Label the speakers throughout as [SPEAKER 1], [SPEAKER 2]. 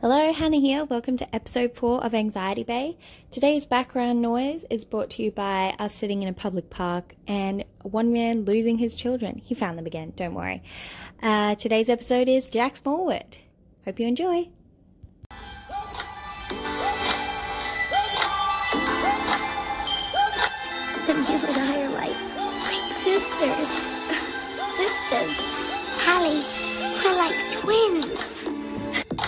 [SPEAKER 1] Hello, Hannah here. Welcome to episode four of Anxiety Bay. Today's background noise is brought to you by us sitting in a public park and one man losing his children. He found them again, don't worry. Uh, today's episode is Jack Smallwood. Hope you enjoy.
[SPEAKER 2] them you and I are like, like sisters. sisters. Hallie, we're like twins.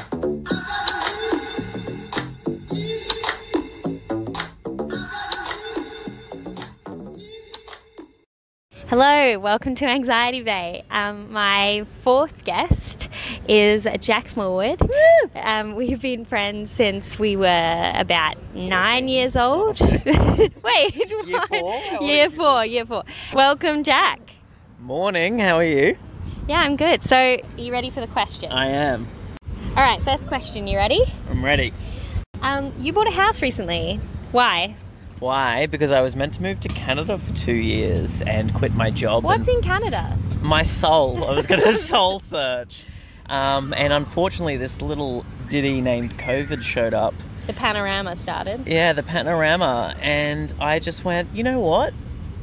[SPEAKER 3] Hello, welcome to Anxiety Bay. Um, my fourth guest is Jack Smallwood. Um, we've been friends since we were about nine years old. Wait,
[SPEAKER 4] Year four? How old
[SPEAKER 3] year
[SPEAKER 4] are you?
[SPEAKER 3] four, year four. Welcome, Jack.
[SPEAKER 4] Morning, how are you?
[SPEAKER 3] Yeah, I'm good. So, you ready for the question?
[SPEAKER 4] I am.
[SPEAKER 3] All right, first question. You ready?
[SPEAKER 4] I'm ready.
[SPEAKER 3] Um, you bought a house recently. Why?
[SPEAKER 4] Why? Because I was meant to move to Canada for two years and quit my job.
[SPEAKER 3] What's
[SPEAKER 4] and
[SPEAKER 3] in Canada?
[SPEAKER 4] my soul? I was going to soul search. Um, and unfortunately, this little ditty named COVID showed up.
[SPEAKER 3] The panorama started.
[SPEAKER 4] Yeah, the panorama. And I just went, you know what?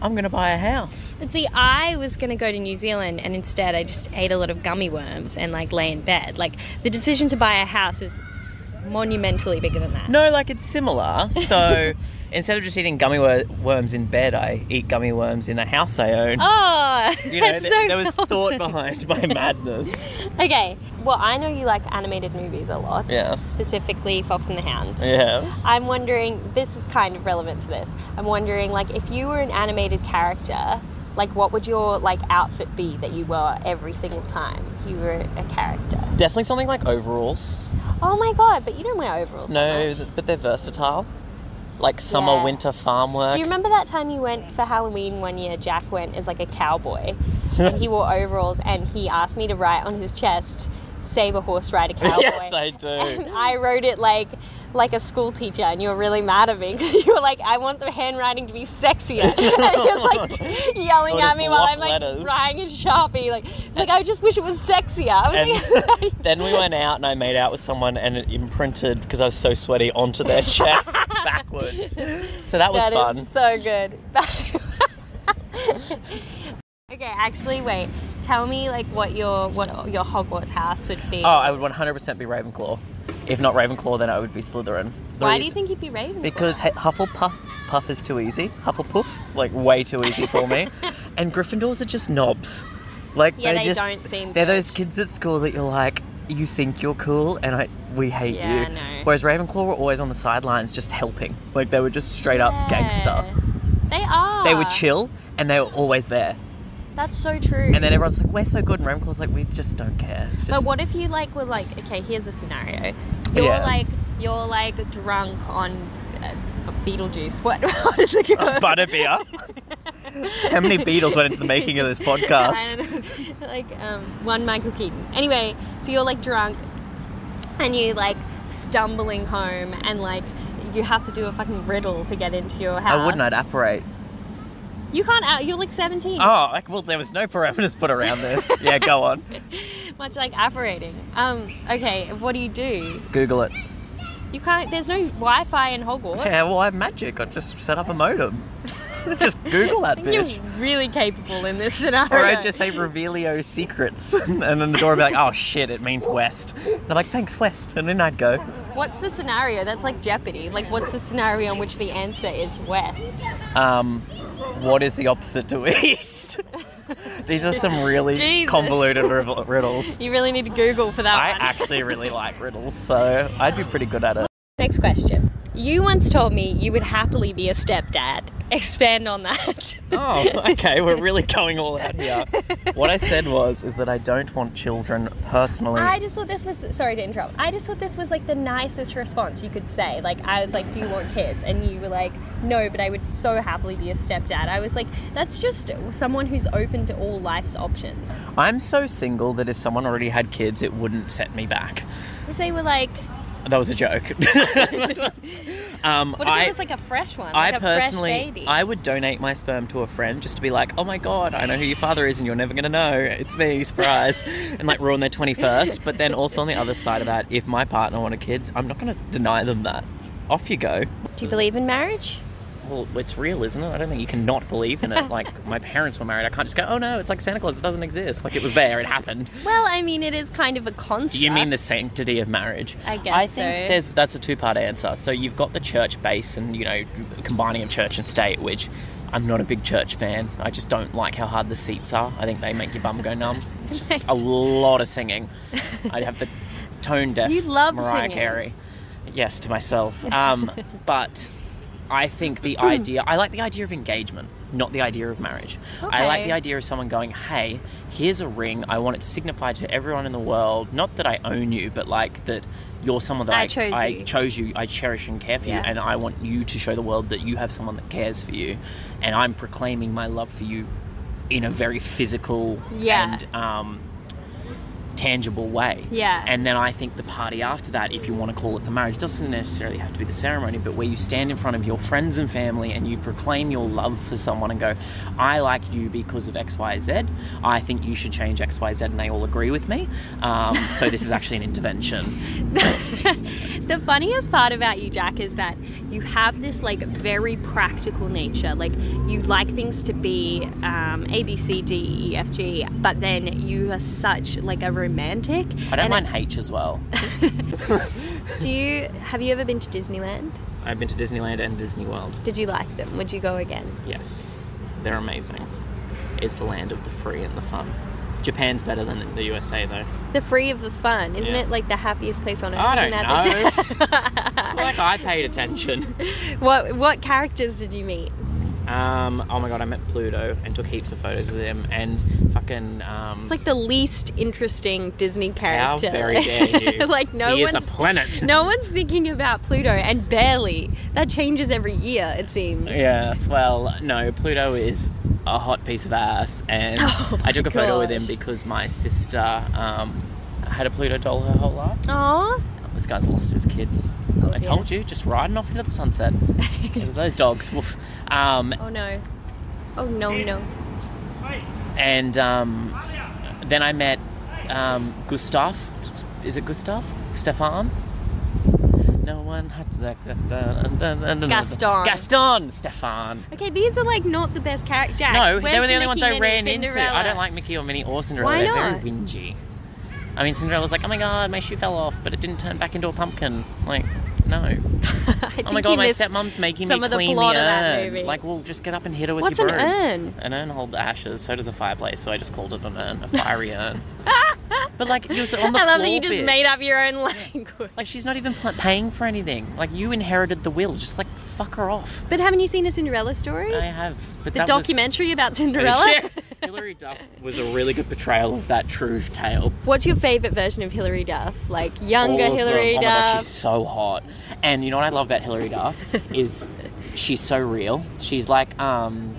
[SPEAKER 4] I'm going to buy a house.
[SPEAKER 3] But see, I was going to go to New Zealand and instead I just ate a lot of gummy worms and like lay in bed. Like the decision to buy a house is monumentally bigger than that.
[SPEAKER 4] No, like it's similar. So instead of just eating gummy wor- worms in bed, I eat gummy worms in a house I own.
[SPEAKER 3] Oh,
[SPEAKER 4] you know,
[SPEAKER 3] that's
[SPEAKER 4] th-
[SPEAKER 3] so
[SPEAKER 4] there was
[SPEAKER 3] wholesome.
[SPEAKER 4] thought behind my madness.
[SPEAKER 3] Okay, well, I know you like animated movies a lot.
[SPEAKER 4] Yes.
[SPEAKER 3] Specifically, Fox and the Hound.
[SPEAKER 4] Yeah.
[SPEAKER 3] I'm wondering, this is kind of relevant to this. I'm wondering, like, if you were an animated character, like, what would your like outfit be that you wore every single time you were a character?
[SPEAKER 4] Definitely something like overalls.
[SPEAKER 3] Oh my god! But you don't wear overalls.
[SPEAKER 4] No,
[SPEAKER 3] That much.
[SPEAKER 4] th- but they're versatile. Like summer,
[SPEAKER 3] Yeah.
[SPEAKER 4] winter, farm work.
[SPEAKER 3] Do you remember that time you went for Halloween one year? Jack went as like a cowboy, and he wore overalls, and he asked me to write on his chest, "Save a horse, ride a cowboy."
[SPEAKER 4] Yes, I do.
[SPEAKER 3] And I wrote it like like a school teacher, and you were really mad at me because you were like, "I want the handwriting to be sexier," and he was like yelling
[SPEAKER 4] I would've
[SPEAKER 3] at me while I'm
[SPEAKER 4] blocked
[SPEAKER 3] like
[SPEAKER 4] letters.
[SPEAKER 3] writing in sharpie. Like it's like I just wish it was sexier. I was
[SPEAKER 4] And
[SPEAKER 3] like,
[SPEAKER 4] then we went out and I made out with someone and it imprinted because I was so sweaty onto their chest backwards. So that was
[SPEAKER 3] That
[SPEAKER 4] fun.
[SPEAKER 3] is so good. okay, actually, wait. Tell me like what your what your Hogwarts house would be.
[SPEAKER 4] Oh, I would 100% be Ravenclaw. If not Ravenclaw, then I would be Slytherin. The
[SPEAKER 3] Why do you
[SPEAKER 4] reason-
[SPEAKER 3] think you'd be Ravenclaw?
[SPEAKER 4] Because he- Hufflepuff Puff is too easy. Hufflepuff, like way too easy for me. and Gryffindors are just knobs. Like
[SPEAKER 3] Yeah,
[SPEAKER 4] they,
[SPEAKER 3] they
[SPEAKER 4] just,
[SPEAKER 3] don't seem
[SPEAKER 4] They're
[SPEAKER 3] good.
[SPEAKER 4] those kids at school that you're like, you think you're cool, and I we hate
[SPEAKER 3] Yeah,
[SPEAKER 4] you.
[SPEAKER 3] I know.
[SPEAKER 4] Whereas Ravenclaw were always on the sidelines, just helping. Like they were just straight up gangster.
[SPEAKER 3] They are.
[SPEAKER 4] They were chill, and they were always there.
[SPEAKER 3] That's so true.
[SPEAKER 4] And then everyone's like, we're so good, and Ravenclaw's like, we just don't care.
[SPEAKER 3] but
[SPEAKER 4] Just
[SPEAKER 3] what if you like were like okay? Here's a scenario. You're
[SPEAKER 4] Yeah.
[SPEAKER 3] like you're like drunk on uh, Beetlejuice. What? what is it called?
[SPEAKER 4] butterbeer. How many Beatles went into the making of this podcast?
[SPEAKER 3] I don't know. like um, one Michael Keaton. Anyway, so you're like drunk, and you like stumbling home, and like you have to do a fucking riddle to get into your house.
[SPEAKER 4] I wouldn't. I'd apparate.
[SPEAKER 3] You can't out. You're like 17.
[SPEAKER 4] Oh, like, well, there was no parameters put around this. Yeah, go on.
[SPEAKER 3] Much like operating. Um. Okay. What do you do?
[SPEAKER 4] Google it.
[SPEAKER 3] You can't. There's no Wi-Fi in Hogwarts.
[SPEAKER 4] Yeah, well, I'm magic. I just set up a modem. just Google
[SPEAKER 3] I
[SPEAKER 4] that
[SPEAKER 3] think
[SPEAKER 4] bitch.
[SPEAKER 3] You're really capable in this scenario.
[SPEAKER 4] Or I just say Revelio Secrets. and then the door would be like, oh shit, it means West. And I'm like, thanks, West. And then I'd go,
[SPEAKER 3] What's the scenario? That's like Jeopardy. Like, what's the scenario in which the answer is West?
[SPEAKER 4] um, what is the opposite to East? These are some really
[SPEAKER 3] Jesus.
[SPEAKER 4] convoluted riv- riddles.
[SPEAKER 3] You really need to Google for that
[SPEAKER 4] I
[SPEAKER 3] one.
[SPEAKER 4] actually really like riddles, so I'd be pretty good at it.
[SPEAKER 3] Next question. You once told me you would happily be a stepdad. Expand on that.
[SPEAKER 4] Oh, okay. We're really going all out here. What I said was, is that I don't want children personally.
[SPEAKER 3] I just thought this was sorry to interrupt. I just thought this was like the nicest response you could say. Like I was like, "Do you want kids?" and you were like, "No, but I would so happily be a stepdad." I was like, "That's just someone who's open to all life's options."
[SPEAKER 4] I'm so single that if someone already had kids, it wouldn't set me back.
[SPEAKER 3] If they were like,
[SPEAKER 4] That was a joke. um,
[SPEAKER 3] What if
[SPEAKER 4] I,
[SPEAKER 3] it was like a fresh one?
[SPEAKER 4] I
[SPEAKER 3] Like a
[SPEAKER 4] personally,
[SPEAKER 3] fresh baby?
[SPEAKER 4] I would donate my sperm to a friend just to be like, oh my god, I know who your father is, and you're never gonna know. It's me, surprise, and like ruin their twenty first. But then also on the other side of that, if my partner wanted kids, I'm not gonna deny them that. Off you go.
[SPEAKER 3] Do you believe in marriage?
[SPEAKER 4] Well, it's real, isn't it? I don't think you can not believe in it. Like my parents were married, I can't just go, oh no, it's like Santa Claus. It doesn't exist. Like it was there, it happened.
[SPEAKER 3] Well, I mean, it is kind of a construct.
[SPEAKER 4] Do you mean the sanctity of marriage?
[SPEAKER 3] I guess
[SPEAKER 4] I think
[SPEAKER 3] so.
[SPEAKER 4] there's that's a two-part answer. So you've got the church base, and you know, combining of church and state, which I'm not a big church fan. I just don't like how hard the seats are. I think they make your bum go numb. It's just a lot of singing. I have the tone deaf.
[SPEAKER 3] You love
[SPEAKER 4] Mariah
[SPEAKER 3] singing.
[SPEAKER 4] Carey. Yes, to myself. Um, but I think the idea. I like the idea of engagement. Not the idea of marriage. I like
[SPEAKER 3] Okay.
[SPEAKER 4] the idea of someone going, hey, here's a ring. I want it to signify to everyone in the world, not that I own you, but like that you're someone that
[SPEAKER 3] I
[SPEAKER 4] I,
[SPEAKER 3] chose
[SPEAKER 4] I
[SPEAKER 3] you."
[SPEAKER 4] chose you, I cherish and care for you,
[SPEAKER 3] Yeah.
[SPEAKER 4] and I want you to show the world that you have someone that cares for you. And I'm proclaiming my love for you in a very physical
[SPEAKER 3] Yeah.
[SPEAKER 4] and um, tangible way.
[SPEAKER 3] Yeah.
[SPEAKER 4] And then I think the party after that, if you want to call it the marriage, doesn't necessarily have to be the ceremony, but where you stand in front of your friends and family and you proclaim your love for someone and go, I like you because of X, Y, Z. I think you should change X, Y, Z, and they all agree with me. Um, so this is actually an intervention.
[SPEAKER 3] the funniest part about you, Jack, is that you have this like very practical nature. Like you like things to be um, A, B, C, D, E, F, G, but then you are such like a romantic.
[SPEAKER 4] I don't
[SPEAKER 3] And
[SPEAKER 4] mind H as well.
[SPEAKER 3] Do you have you ever been to Disneyland?
[SPEAKER 4] I've been to Disneyland and Disney World.
[SPEAKER 3] Did you like them? Would you go again?
[SPEAKER 4] Yes, they're amazing. It's the land of the free and the fun. Japan's better than the USA though.
[SPEAKER 3] The free of the fun, isn't
[SPEAKER 4] Yeah.
[SPEAKER 3] it? Like the happiest place on earth.
[SPEAKER 4] I don't
[SPEAKER 3] Isn't that the-
[SPEAKER 4] Like I paid attention.
[SPEAKER 3] what what characters did you meet?
[SPEAKER 4] Um, oh my god, I met Pluto and took heaps of photos with him and fucking. Um,
[SPEAKER 3] It's like the least interesting Disney
[SPEAKER 4] how
[SPEAKER 3] character.
[SPEAKER 4] very dare you?
[SPEAKER 3] like no
[SPEAKER 4] he
[SPEAKER 3] one's
[SPEAKER 4] is a planet.
[SPEAKER 3] no one's thinking about Pluto, and barely. That changes every year, it seems.
[SPEAKER 4] Yes, well, no, Pluto is a hot piece of ass, and
[SPEAKER 3] Oh my
[SPEAKER 4] I took a photo with him
[SPEAKER 3] gosh.
[SPEAKER 4] because my sister um, had a Pluto doll her whole life. Oh,
[SPEAKER 3] Aw,
[SPEAKER 4] This guy's lost his kid.
[SPEAKER 3] Oh,
[SPEAKER 4] I
[SPEAKER 3] dear.
[SPEAKER 4] told you, just riding off into the sunset. There's those dogs. Woof. Um,
[SPEAKER 3] oh no, oh no no.
[SPEAKER 4] and um, then I met um, Gustav. Is it Gustav? Stefan? No one had that. uh, that- that- that- that- that-
[SPEAKER 3] Gaston.
[SPEAKER 4] Gaston! Stefan.
[SPEAKER 3] Okay, these are like not the best character. Jack,
[SPEAKER 4] No,
[SPEAKER 3] where's
[SPEAKER 4] they were the only
[SPEAKER 3] Mickey
[SPEAKER 4] ones I
[SPEAKER 3] and
[SPEAKER 4] ran into.
[SPEAKER 3] Cinderella?
[SPEAKER 4] I don't like Mickey or Minnie or Cinderella.
[SPEAKER 3] Why
[SPEAKER 4] They're
[SPEAKER 3] not?
[SPEAKER 4] very whingy. I mean, Cinderella's like, oh my god, my shoe fell off, but it didn't turn back into a pumpkin. Like, no.
[SPEAKER 3] I think
[SPEAKER 4] Oh my
[SPEAKER 3] you
[SPEAKER 4] god, my
[SPEAKER 3] missed
[SPEAKER 4] stepmom's making
[SPEAKER 3] some
[SPEAKER 4] me
[SPEAKER 3] of the
[SPEAKER 4] clean
[SPEAKER 3] plot
[SPEAKER 4] the
[SPEAKER 3] of that
[SPEAKER 4] urn.
[SPEAKER 3] movie.
[SPEAKER 4] Like, well, just get up and hit her with
[SPEAKER 3] What's
[SPEAKER 4] your
[SPEAKER 3] an
[SPEAKER 4] broom. An
[SPEAKER 3] urn?
[SPEAKER 4] urn holds ashes. So does a fireplace. So I just called it an urn, a fiery urn. But like, it was on the
[SPEAKER 3] I love
[SPEAKER 4] floor
[SPEAKER 3] that you just
[SPEAKER 4] bit.
[SPEAKER 3] made up your own language.
[SPEAKER 4] Like, she's not even pl- paying for anything. Like, you inherited the will. Just like, fuck her off.
[SPEAKER 3] But haven't you seen a Cinderella story?
[SPEAKER 4] I have. But
[SPEAKER 3] the
[SPEAKER 4] that was-
[SPEAKER 3] documentary about Cinderella.
[SPEAKER 4] Yeah. Hilary Duff was a really good portrayal of that true tale.
[SPEAKER 3] What's your favorite version of Hillary Duff? Like younger
[SPEAKER 4] All of them.
[SPEAKER 3] Hillary
[SPEAKER 4] Oh my
[SPEAKER 3] Duff.
[SPEAKER 4] gosh, she's so hot. And you know what I love about Hillary Duff is she's so real. She's like, um,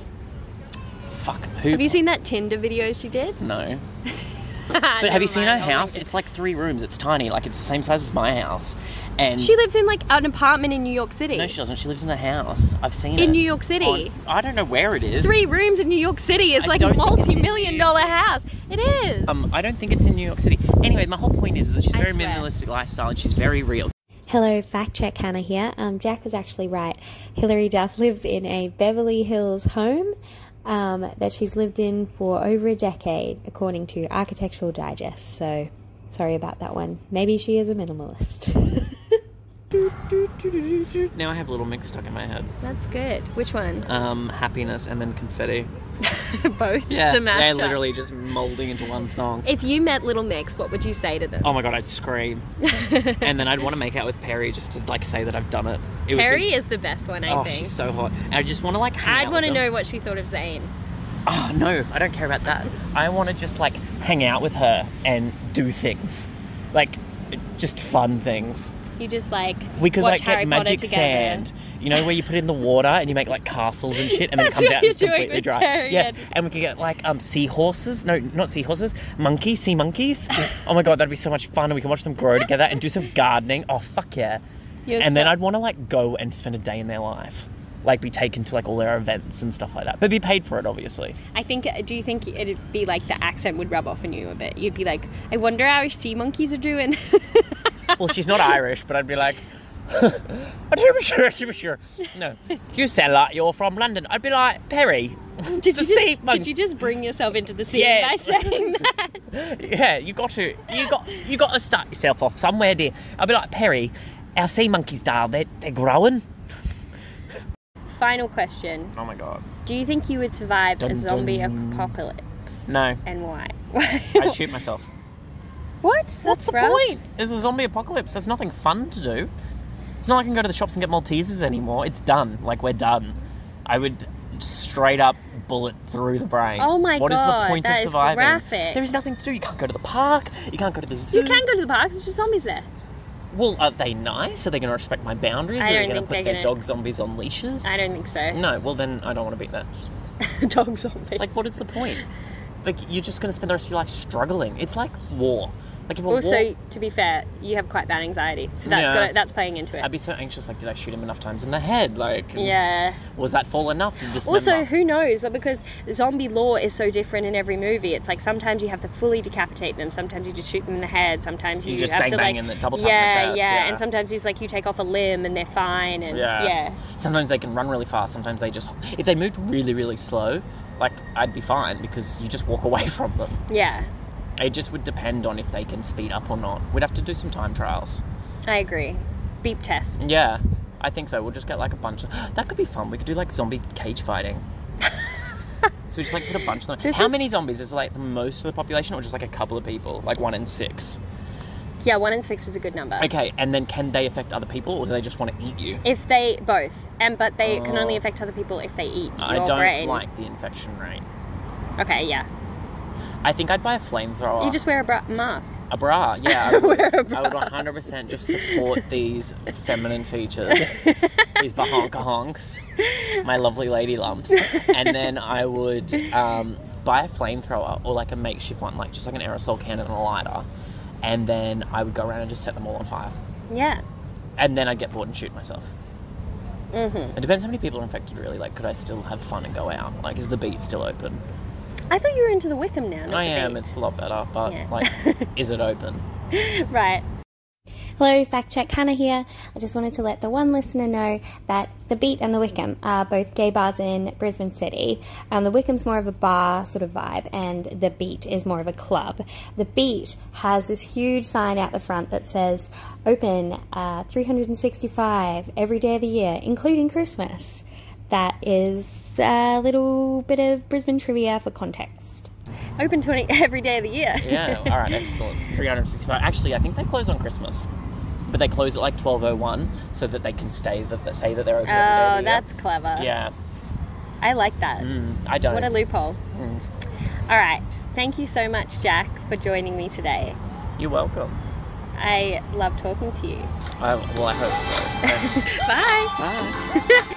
[SPEAKER 4] fuck who?
[SPEAKER 3] Have you seen that Tinder video she did?
[SPEAKER 4] No.
[SPEAKER 3] but
[SPEAKER 4] But have you seen her house? It's like three rooms. It's tiny. Like it's the same size as my house. And
[SPEAKER 3] She lives in like an apartment in New York City.
[SPEAKER 4] no, she doesn't. She lives in a house. I've seen it
[SPEAKER 3] In New York City.
[SPEAKER 4] on- I don't know where it is.
[SPEAKER 3] Three rooms in New York City. It's
[SPEAKER 4] I
[SPEAKER 3] like a
[SPEAKER 4] don't think it's in
[SPEAKER 3] multi-million
[SPEAKER 4] New
[SPEAKER 3] dollar
[SPEAKER 4] York
[SPEAKER 3] house. It is.
[SPEAKER 4] Um, I don't think it's in New York City. Anyway, my whole point is, is that she's
[SPEAKER 3] I
[SPEAKER 4] very
[SPEAKER 3] swear.
[SPEAKER 4] minimalistic lifestyle and she's very real.
[SPEAKER 1] Hello, fact check Hannah here. Um, Jack was actually right. Hilary Duff lives in a Beverly Hills home um, that she's lived in for over a decade, according to Architectural Digest. So, sorry about that one. Maybe she is a minimalist.
[SPEAKER 4] Now I have a little mix stuck in my head.
[SPEAKER 3] That's good. Which one?
[SPEAKER 4] um, happiness and then confetti.
[SPEAKER 3] Both.
[SPEAKER 4] Yeah,
[SPEAKER 3] It's a
[SPEAKER 4] they're
[SPEAKER 3] mashup.
[SPEAKER 4] literally just molding into one song.
[SPEAKER 3] If you met Little Mix, what would you say to them?
[SPEAKER 4] Oh my god, I'd scream, and then I'd want to make out with Perry just to like say that I've done it. it would
[SPEAKER 3] Perry
[SPEAKER 4] be-
[SPEAKER 3] is the best one, I
[SPEAKER 4] oh,
[SPEAKER 3] think.
[SPEAKER 4] she's so hot. And I just want to like. Hang
[SPEAKER 3] I'd
[SPEAKER 4] out
[SPEAKER 3] want to
[SPEAKER 4] with
[SPEAKER 3] know
[SPEAKER 4] them.
[SPEAKER 3] what she thought of Zayn.
[SPEAKER 4] Oh no, I don't care about that. I want to just like hang out with her and do things, like just fun things.
[SPEAKER 3] You just like
[SPEAKER 4] We could like
[SPEAKER 3] watch Harry
[SPEAKER 4] get
[SPEAKER 3] Potter
[SPEAKER 4] magic
[SPEAKER 3] together.
[SPEAKER 4] sand You know where you put it in the water and you make like castles and shit, and then it
[SPEAKER 3] That's
[SPEAKER 4] comes
[SPEAKER 3] what
[SPEAKER 4] out and it's
[SPEAKER 3] you're doing
[SPEAKER 4] completely
[SPEAKER 3] with
[SPEAKER 4] dry.
[SPEAKER 3] Carrion.
[SPEAKER 4] Yes, and we could get like um seahorses. No, not seahorses. Monkeys, sea monkeys. oh my god, that'd be so much fun, and we can watch them grow together and do some gardening. Oh fuck yeah!
[SPEAKER 3] You're
[SPEAKER 4] and then
[SPEAKER 3] so-
[SPEAKER 4] I'd want to like go and spend a day in their life, like be taken to like all their events and stuff like that, but be paid for it, obviously.
[SPEAKER 3] I think. uh, Do you think it'd be like the accent would rub off on you a bit? You'd be like, I wonder how sea monkeys are doing.
[SPEAKER 4] Well, she's not Irish, but I'd be like, I'd be sure, I'd be sure. No, you sound like you're from London. I'd be like Perry.
[SPEAKER 3] did
[SPEAKER 4] The
[SPEAKER 3] you just,
[SPEAKER 4] sea
[SPEAKER 3] did
[SPEAKER 4] monkey.
[SPEAKER 3] you just bring yourself into the scene
[SPEAKER 4] Yes.
[SPEAKER 3] by saying that?
[SPEAKER 4] Yeah, you got to, you got, you got to start yourself off somewhere, dear. I'd be like Perry. Our sea monkeys, darling, they're, they're growing.
[SPEAKER 3] Final question:
[SPEAKER 4] Oh my god.
[SPEAKER 3] Do you think you would survive a
[SPEAKER 4] Dun,
[SPEAKER 3] zombie
[SPEAKER 4] dun.
[SPEAKER 3] apocalypse?
[SPEAKER 4] No,
[SPEAKER 3] And why?
[SPEAKER 4] I'd shoot myself.
[SPEAKER 3] What?
[SPEAKER 4] What's
[SPEAKER 3] That's
[SPEAKER 4] the
[SPEAKER 3] rough.
[SPEAKER 4] point? It's a zombie apocalypse. There's nothing fun to do. It's not like I can go to the shops and get Maltesers anymore. It's done. Like we're done. I would straight up bullet through the brain.
[SPEAKER 3] Oh my
[SPEAKER 4] What is
[SPEAKER 3] God,
[SPEAKER 4] the point
[SPEAKER 3] that
[SPEAKER 4] of
[SPEAKER 3] is
[SPEAKER 4] surviving?
[SPEAKER 3] graphic.
[SPEAKER 4] There is nothing to do. You can't go to the park. You can't go to the zoo.
[SPEAKER 3] You can go to the park. There's just zombies there.
[SPEAKER 4] Well, are they nice? Are they going to respect my boundaries?
[SPEAKER 3] I
[SPEAKER 4] Are they
[SPEAKER 3] don't
[SPEAKER 4] going to
[SPEAKER 3] think
[SPEAKER 4] put
[SPEAKER 3] they're
[SPEAKER 4] their
[SPEAKER 3] gonna-
[SPEAKER 4] dog zombies on leashes?
[SPEAKER 3] I don't think so.
[SPEAKER 4] No. Well, then I don't want to be there.
[SPEAKER 3] Dog zombies.
[SPEAKER 4] Like, what is the point? Like, you're just going to spend the rest of your life struggling. It's like war. Like if a war.
[SPEAKER 3] Also, to be fair, you have quite bad anxiety, so that's
[SPEAKER 4] Yeah.
[SPEAKER 3] got that's playing into it.
[SPEAKER 4] I'd be so anxious. Like, did I shoot him enough times in the head? Like,
[SPEAKER 3] yeah.
[SPEAKER 4] was that fall enough to dismember?
[SPEAKER 3] Also, who knows? Because zombie lore is so different in every movie. It's like sometimes you have to fully decapitate them. Sometimes you just shoot them in the head. Sometimes you,
[SPEAKER 4] You just
[SPEAKER 3] have
[SPEAKER 4] bang,
[SPEAKER 3] to
[SPEAKER 4] bang
[SPEAKER 3] like
[SPEAKER 4] and then double tap in the
[SPEAKER 3] yeah,
[SPEAKER 4] chest,
[SPEAKER 3] yeah,
[SPEAKER 4] yeah.
[SPEAKER 3] And sometimes it's like you take off a limb and they're fine. And yeah,
[SPEAKER 4] Yeah. Sometimes they can run really fast. Sometimes they just, if they moved really, really slow, like I'd be fine because you just walk away from them.
[SPEAKER 3] yeah.
[SPEAKER 4] It just would depend on if they can speed up or not. We'd have to do some time trials.
[SPEAKER 3] I agree. Beep test.
[SPEAKER 4] Yeah, I think so. We'll just get like a bunch of that could be fun. We could do like zombie cage fighting. so we just like put a bunch of them.
[SPEAKER 3] This
[SPEAKER 4] How
[SPEAKER 3] is-
[SPEAKER 4] many zombies is it, like the most of the population, or just like a couple of people, like one in six?
[SPEAKER 3] Yeah, one in six is a good number.
[SPEAKER 4] Okay, and then can they affect other people, or do they just want to eat you?
[SPEAKER 3] If they both, and but they can only affect other people if they eat your
[SPEAKER 4] Oh. I don't
[SPEAKER 3] brain.
[SPEAKER 4] like the infection rate.
[SPEAKER 3] Okay, yeah.
[SPEAKER 4] I think I'd buy a flamethrower.
[SPEAKER 3] You just wear a bra- mask.
[SPEAKER 4] A bra, yeah. I would,
[SPEAKER 3] Wear a
[SPEAKER 4] I would 100% just support these feminine features, these bahonka honks, my lovely lady lumps. And then I would um, buy a flamethrower or like a makeshift one, like just like an aerosol can and a lighter. And then I would go around and just set them all on fire.
[SPEAKER 3] Yeah.
[SPEAKER 4] And then I'd get bored and shoot myself. Mm-hmm. It depends how many people are infected, really. Like, could I still have fun and go out? Like, is the beat still open?
[SPEAKER 3] I thought you were into the Wickham now. Not
[SPEAKER 4] I
[SPEAKER 3] the
[SPEAKER 4] am.
[SPEAKER 3] beat.
[SPEAKER 4] It's a lot better, but
[SPEAKER 3] Yeah.
[SPEAKER 4] like, is it open?
[SPEAKER 3] Right.
[SPEAKER 1] Hello, Fact Check Hannah here. I just wanted to let the one listener know that The Beat and The Wickham are both gay bars in Brisbane City. Um, the Wickham's more of a bar sort of vibe, and The Beat is more of a club. The Beat has this huge sign out the front that says open uh, 365 every day of the year, including Christmas. That is a little bit of Brisbane trivia for context.
[SPEAKER 3] Open 20 every day of the year.
[SPEAKER 4] Yeah, all right, excellent. 365. Actually, I think they close on Christmas, but they close at like 12:01 so that they can stay that that say that they're open.
[SPEAKER 3] Oh,
[SPEAKER 4] every day of
[SPEAKER 3] that's clever.
[SPEAKER 4] the year. yeah.
[SPEAKER 3] I like that.
[SPEAKER 4] Mm, I don't.
[SPEAKER 3] What a loophole. All right. Thank you so much, Jack, for joining me today.
[SPEAKER 4] You're welcome.
[SPEAKER 3] I love talking to you.
[SPEAKER 4] I, well, I hope so.
[SPEAKER 3] Bye.
[SPEAKER 4] Bye.